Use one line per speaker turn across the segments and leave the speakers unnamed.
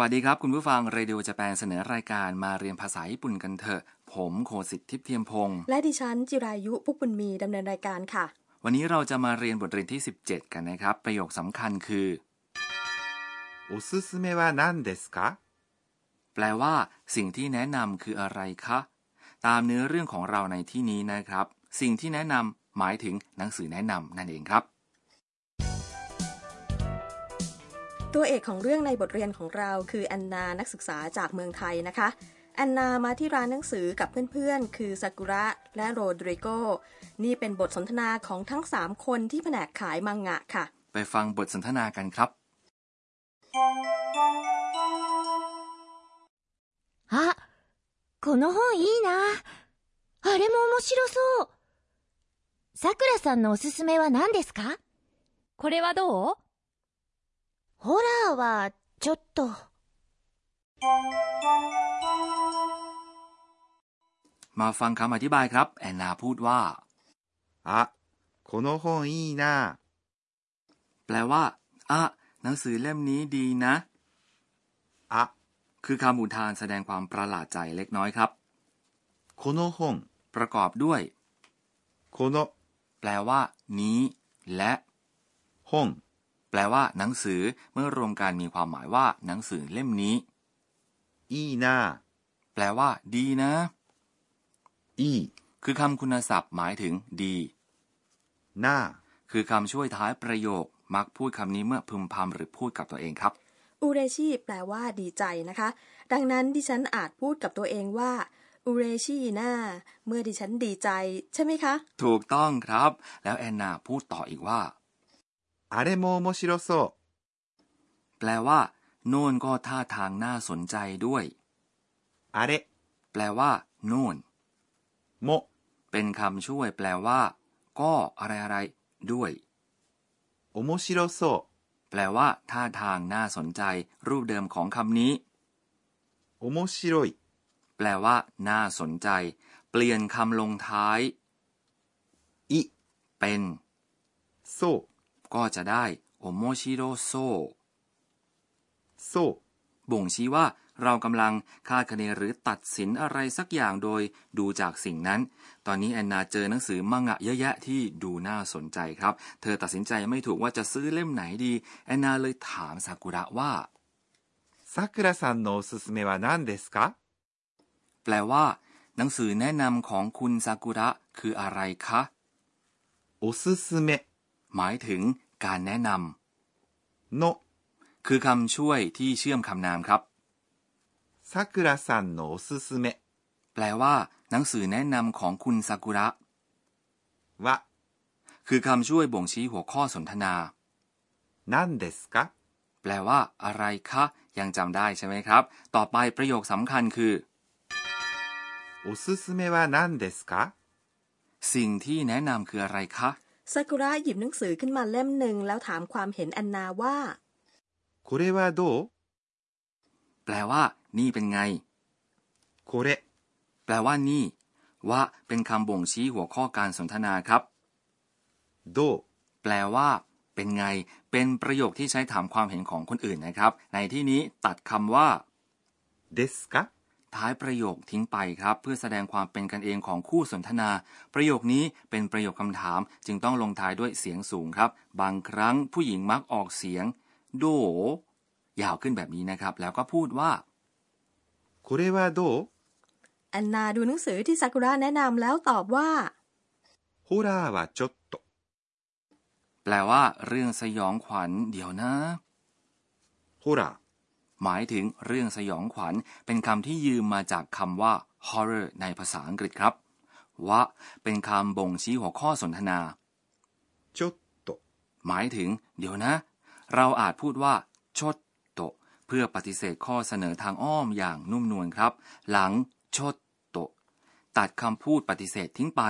วัสดีครับ คุณผู้ฟังเรดิโอจะแปลเสนอรายการมาเรียนภาษาญี่ปุ่นกันเถอะ ผมโคสิทธิ์ทิพย์เทียมพงศ์
และดิฉันจิรายุพุกบุญมีดำเนินรายการค่ะ
วันนี้เราจะมาเรียนบทเรียนที่ 17 กันนะครับ ประโยคสำคัญคือ
おすすめは何ですか
แปลว่า สิ่งที่แนะนำคืออะไรคะ ตามเนื้อเรื่องของเราในที่นี้นะครับ สิ่งที่แนะนำหมายถึงหนังสือแนะนำนั่นเองครับ
ตัวเอกของเรื่องในบทเรียนของเราคือแอนนานักศึกษาจากเมืองไทยนะคะแอนนามาที่ร้านหนังสือกับเพื่อนๆ คือซากุระและโรดริโกนี่เป็นบทสนทนาของทั้ง 3 คนที่แผนกขายมังงะค่ะ
ไปฟังบทสนทนากันครับ
あ、この本いいな。あれも面白そう。さくらさんのおすすめは何ですかこれはどうホラーは、ちょっと。
มาฟังคำอธิบายครับ แอนนาพูดว่า
あ、この本いいな。
แปลว่าอะหนังสือเล่มนี้ดีนะ
あ、
คือคำอุทานแสดงความประหลาดใจเล็กน้อยครับ
この本、
ประกอบด้วย
この
แปลว่า นี้ และ
本、
แปลว่า หนังสือเมื่อรวมกันมีความหมายว่า หนังสือเล่มนี้
いいな。
แปลว่า ดีนะ
いい
คือคำคุณศัพท์หมายถึง ดี
な。
คือคำช่วยท้ายประโยค มักพูดคำนี้เมื่อพึมพำหรือพูดกับตัวเองครับ
อูเรชิแปลว่าดีใจนะคะ ดังนั้นดิฉันอาจพูดกับตัวเองว่าอูเรชิน่าเมื่อดิฉันดีใจ ใช่ไหมคะ
ถูกต้องครับ แล้วแอนนาพูดต่ออีกว่า
あれも面白そ
แปลว่า โน่นก็ท่าทางน่าสนใจด้วย
う。あれ
แปลว่า โน่น
も
เป็นคำช่วยแปลว่า ก็ อะไรอะไรๆด้วย
面白そ
แปลว่า ท่าทางน่าสนใจ รูปเดิมของคำนี้
う。面白い。
แปลว่า น่าสนใจ เปลี่ยนคำลงท้าย
い、
เป็น
そう、
ก็จะได้โอโมชิโรโซ
そ
บ่งชี้ว่า เรากำลังคาดคะเนหรือตัดสินอะไรสักอย่างโดย ดูจากสิ่งนั้น ตอนนี้แอนนาเจอหนังสือมังงะเยอะแยะที่ดูน่าสนใจครับ เธอตัดสินใจไม่ถูกว่าจะซื้อเล่มไหนดี แอนนาเลยถามซากุระว่า
う。さくらさんのおすすめは何ですか
แปลว่า หนังสือแนะนำของคุณซากุระคืออะไรคะ
おすすめ
หมายถึง การแนะน
の
ำคือคำช่วยที่เชื่อมคำนามครับ
さくらさんのおすすめ
แปลว่า หนังสือแนะนำของคุณซากุระ
は
คือคำช่วยบ่งชี้หัวข้อสนทนา
何ですか
แปลว่า อะไรคะ ยังจำได้ใช่ไหมครับ ต่อไปประโยคสำคัญคือ
おすすめは何ですか
สิ่งที่แนะนำคืออะไรคะ
ซากุระหยิบหนังสือขึ้นมาเล่มหนึ่งแล้วถามความเห็นแอนนาว่า
これはどう
แปลว่า นี่เป็นไง
これ
แปลว่า นี่ ว่า เป็นคำบ่งชี้หัวข้อการสนทนาครับ
どう
แปลว่า เป็นไง เป็นประโยคที่ใช้ถามความเห็นของคนอื่นนะครับ ในที่นี้ตัดคำว่า
ですか
ท้ายประโยคทิ้งไปครับ เพื่อแสดงความเป็นกันเองของคู่สนทนา ประโยคนี้เป็นประโยคคำถาม จึงต้องลงท้ายด้วยเสียงสูงครับ บางครั้งผู้หญิงมักออกเสียง โด ยาวขึ้นแบบนี้นะครับ แล้วก็พูดว่า
これはどう
แอนนาดูหนังสือที่ซากุระแนะนำแล้วตอบว่า
ホラーはちょっと
แปลว่า เรื่องสยองขวัญ เดี๋ยวนะ
ホラ
หมายถึงเรื่องสยองขวัญ เป็นคำที่ยืมมาจากคำว่า horror ในภาษาอังกฤษครับวะเป็นคำบ่งชี้หัวข้อสนทนา
ーちょっと
หมายถึง เดี๋ยวนะ เราอาจพูดว่า ชดโตะเพื่อปฏิเสธข้อเสนอทางอ้อมอย่างนุ่มนวลครับ หลังชดโตะตัดคำพูดปฏิเสธทิ้งไป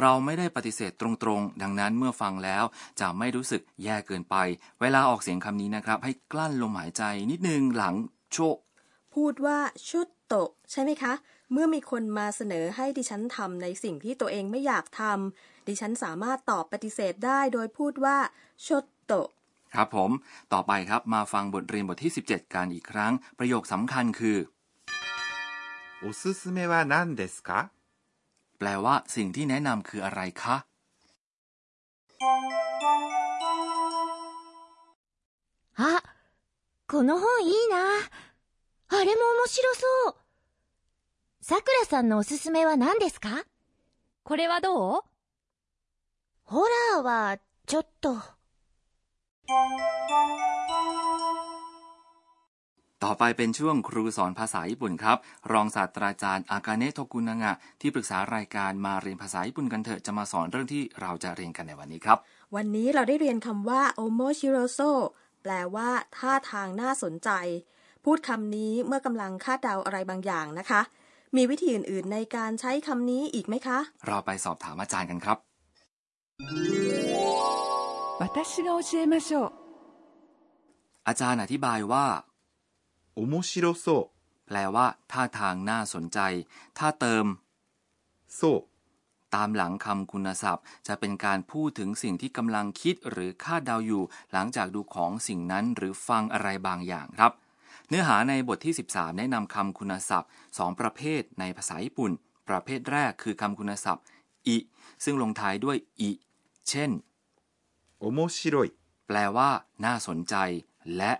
เราไม่ได้ปฏิเสธตรงๆ ดังนั้นเมื่อฟังแล้ว จะไม่รู้สึกแย่เกินไป เวลาออกเสียงคำนี้นะครับ ให้กลั้นลมหายใจนิดนึงหลังโชะ
พูดว่าชุดโตะใช่ไหมคะ เมื่อมีคนมาเสนอให้ดิฉันทำในสิ่งที่ตัวเองไม่อยากทำดิฉันสามารถตอบปฏิเสธได้โดยพูดว่าชดโตะ
ครับผม ต่อไปครับมาฟังบทเรียนบทที่ 17 กันอีกครั้ง ประโยคสำคัญคือ
おすすめは何ですか
แปลว่าสิ่งที่แนะนำคืออะไรคะ
あ、この本いいな。あれも面白そう。さくらさんのおすすめは何ですかこれはどうホラーは、ちょっと。
ต่อไปเป็นช่วงครูสอนภาษาญี่ปุ่นครับ รองศาสตราจารย์อากาเนะโทกุนางะที่ปรึกษารายการมาเรียนภาษาญี่ปุ่นกันเถอะจะมาสอนเรื่องที่เราจะเรียนกันในวันนี้ครับ
วันนี้เราได้เรียนคำว่า omochiroso แปลว่าท่าทางน่าสนใจ พูดคำนี้เมื่อกำลังคาดเดาอะไรบางอย่างนะคะ มีวิธีอื่นๆในการใช้คำนี้อีกไหมคะ
เราไปสอบถามอาจารย์กันครับ
私が教えましょう
อาจารย์อธิบายว่า
面白そ
แปลว่า ท่าทางน่าสนใจ ถ้าเติม
う、そ
ตามหลังคำคุณศัพท์ จะเป็นการพูดถึงสิ่งที่กำลังคิดหรือคาดเดาอยู่ หลังจากดูของสิ่งนั้นหรือฟังอะไรบางอย่างครับ เนื้อหาในบทที่ 13 แนะนำคำคุณศัพท์ 2 ประเภทในภาษาญี่ปุ่น ประเภทแรกคือคำคุณศัพท์อิซึ่งลงท้ายด้วยอิเช่น
う、面白い、
แปลว่า น่าสนใจ และ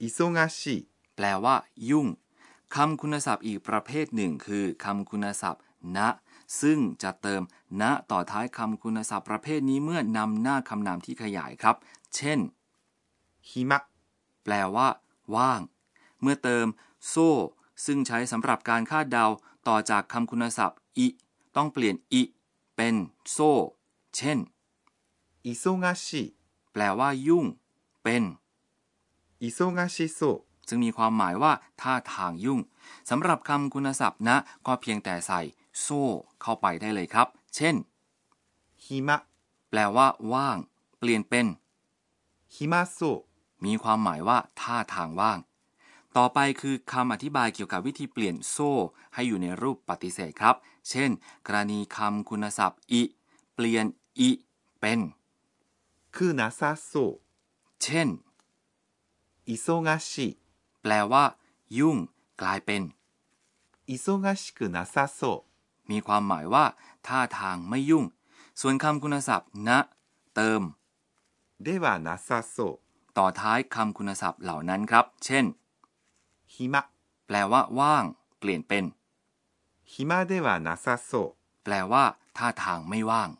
忙しい、
แปลว่า ยุ่งคำคุณศัพท์อีกประเภทหนึ่งคือคำคุณศัพท์ ณ ซึ่งจะเติม ณ ต่อท้ายคำคุณศัพท์ประเภทนี้เมื่อนำหน้าคำนามที่ขยายครับ เช่น
暇、
แปลว่า ว่าง เมื่อเติม โซ่ ซึ่งใช้สำหรับการคาดเดา ต่อจากคำคุณศัพท์ อิ ต้องเปลี่ยน อิ เป็น โซ่ เช่น
忙し
แปลว่า ยุ่ง เป็น
い、忙しそ
ซึ่งมีความหมายว่าท่าทางยุ่งสำหรับคำคุณศัพท์นะ ก็เพียงแต่ใส่ โซ่ เข้าไปได้เลยครับ เช่น
う、暇、
แปลว่า ว่าง เปลี่ยนเป็น
暇そ
มีความหมายว่า ท่าทางว่าง ต่อไปคือคำอธิบายเกี่ยวกับวิธีเปลี่ยนโซ่ ให้อยู่ในรูปปฏิเสธครับ เช่น กรณีคำคุณศัพท์อิเปลี่ยนอิเป็น
う、くなさそ
เช่น
う、忙し
แปลว่า ยุ่ง กลายเป็น
い、忙しくなさそ
มีความหมายว่า ท่าทางไม่ยุ่ง ส่วนคำคุณศัพท์ นะ เติม
う、ではなさそう、
ต่อท้ายคำคุณศัพท์เหล่านั้นครับ เช่น
暇、
แปลว่า ว่าง เปลี่ยนเป็น
暇ではなさそ
แปลว่า ท่าทางไม่ว่าง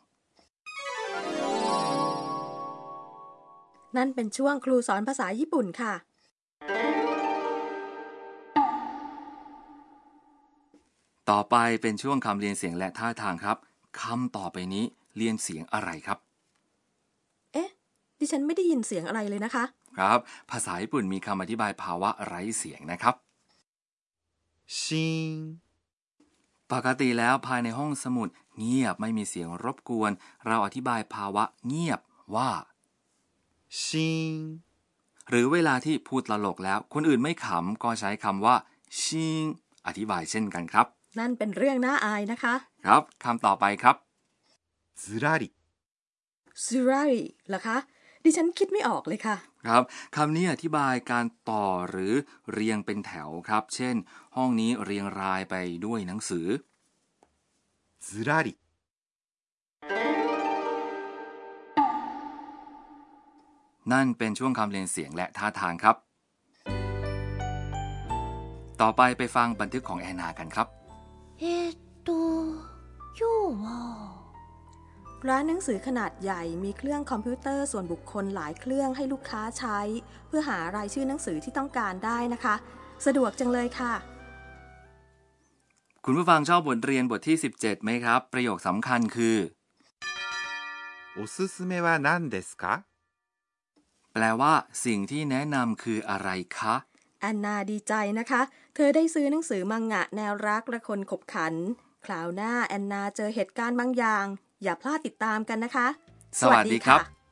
นั่นเป็นช่วงครูสอนภาษาญี่ปุ่นค่ะ
ต่อไปเป็นช่วงคำเรียนเสียงและท่าทางครับคำต่อไปนี้เรียนเสียงอะไรครับ
เอ๊ะ ดิฉันไม่ได้ยินเสียงอะไรเลยนะคะ
ครับ ภาษาญี่ปุ่นมีคำอธิบายภาวะไร้เสียงนะครับ
う、しーん、
ปกติแล้วภายในห้องสมุด เงียบไม่มีเสียงรบกวน เราอธิบายภาวะเงียบว่า
しーん、
หรือเวลาที่พูดตลกแล้ว คนอื่นไม่ขำก็ใช้คำว่า ชิง อธิบายเช่นกันครับ
นั่นเป็นเรื่องน่าอายนะคะ
ครับคำต่อไปครับ
ずらり、
ซูราริเหรอคะ ดิฉันคิดไม่ออกเลยค่ะ
ครับคำนี้อธิบายการต่อหรือเรียงเป็นแถวครับ เช่น ห้องนี้เรียงรายไปด้วยหนังสือ
ずらり、
นั่นเป็นช่วงคำเรียนเสียงและท่าทางครับ ต่อไปไปฟังบันทึกของแอนนากันครับ
えーっと、今日は。
ร้านหนังสือขนาดใหญ่มีเครื่องคอมพิวเตอร์ส่วนบุคคลหลายเครื่องให้ลูกค้าใช้ เพื่อหารายชื่อหนังสือที่ต้องการได้นะคะ สะดวกจังเลยค่ะ
คุณผู้ฟังชอบบทเรียนบทที่ 17 ไหมครับ ประโยคสำคัญคือ
おすすめは何ですか
แปลว่า สิ่งที่แนะนำคืออะไรคะ
แอนนาดีใจนะคะ เธอได้ซื้อหนังสือมังงะแนวรักและคนขบขัน คราวหน้าแอนนาเจอเหตุการณ์บางอย่าง อย่าพลาดติดตามกันนะคะ
สวัสดีครับ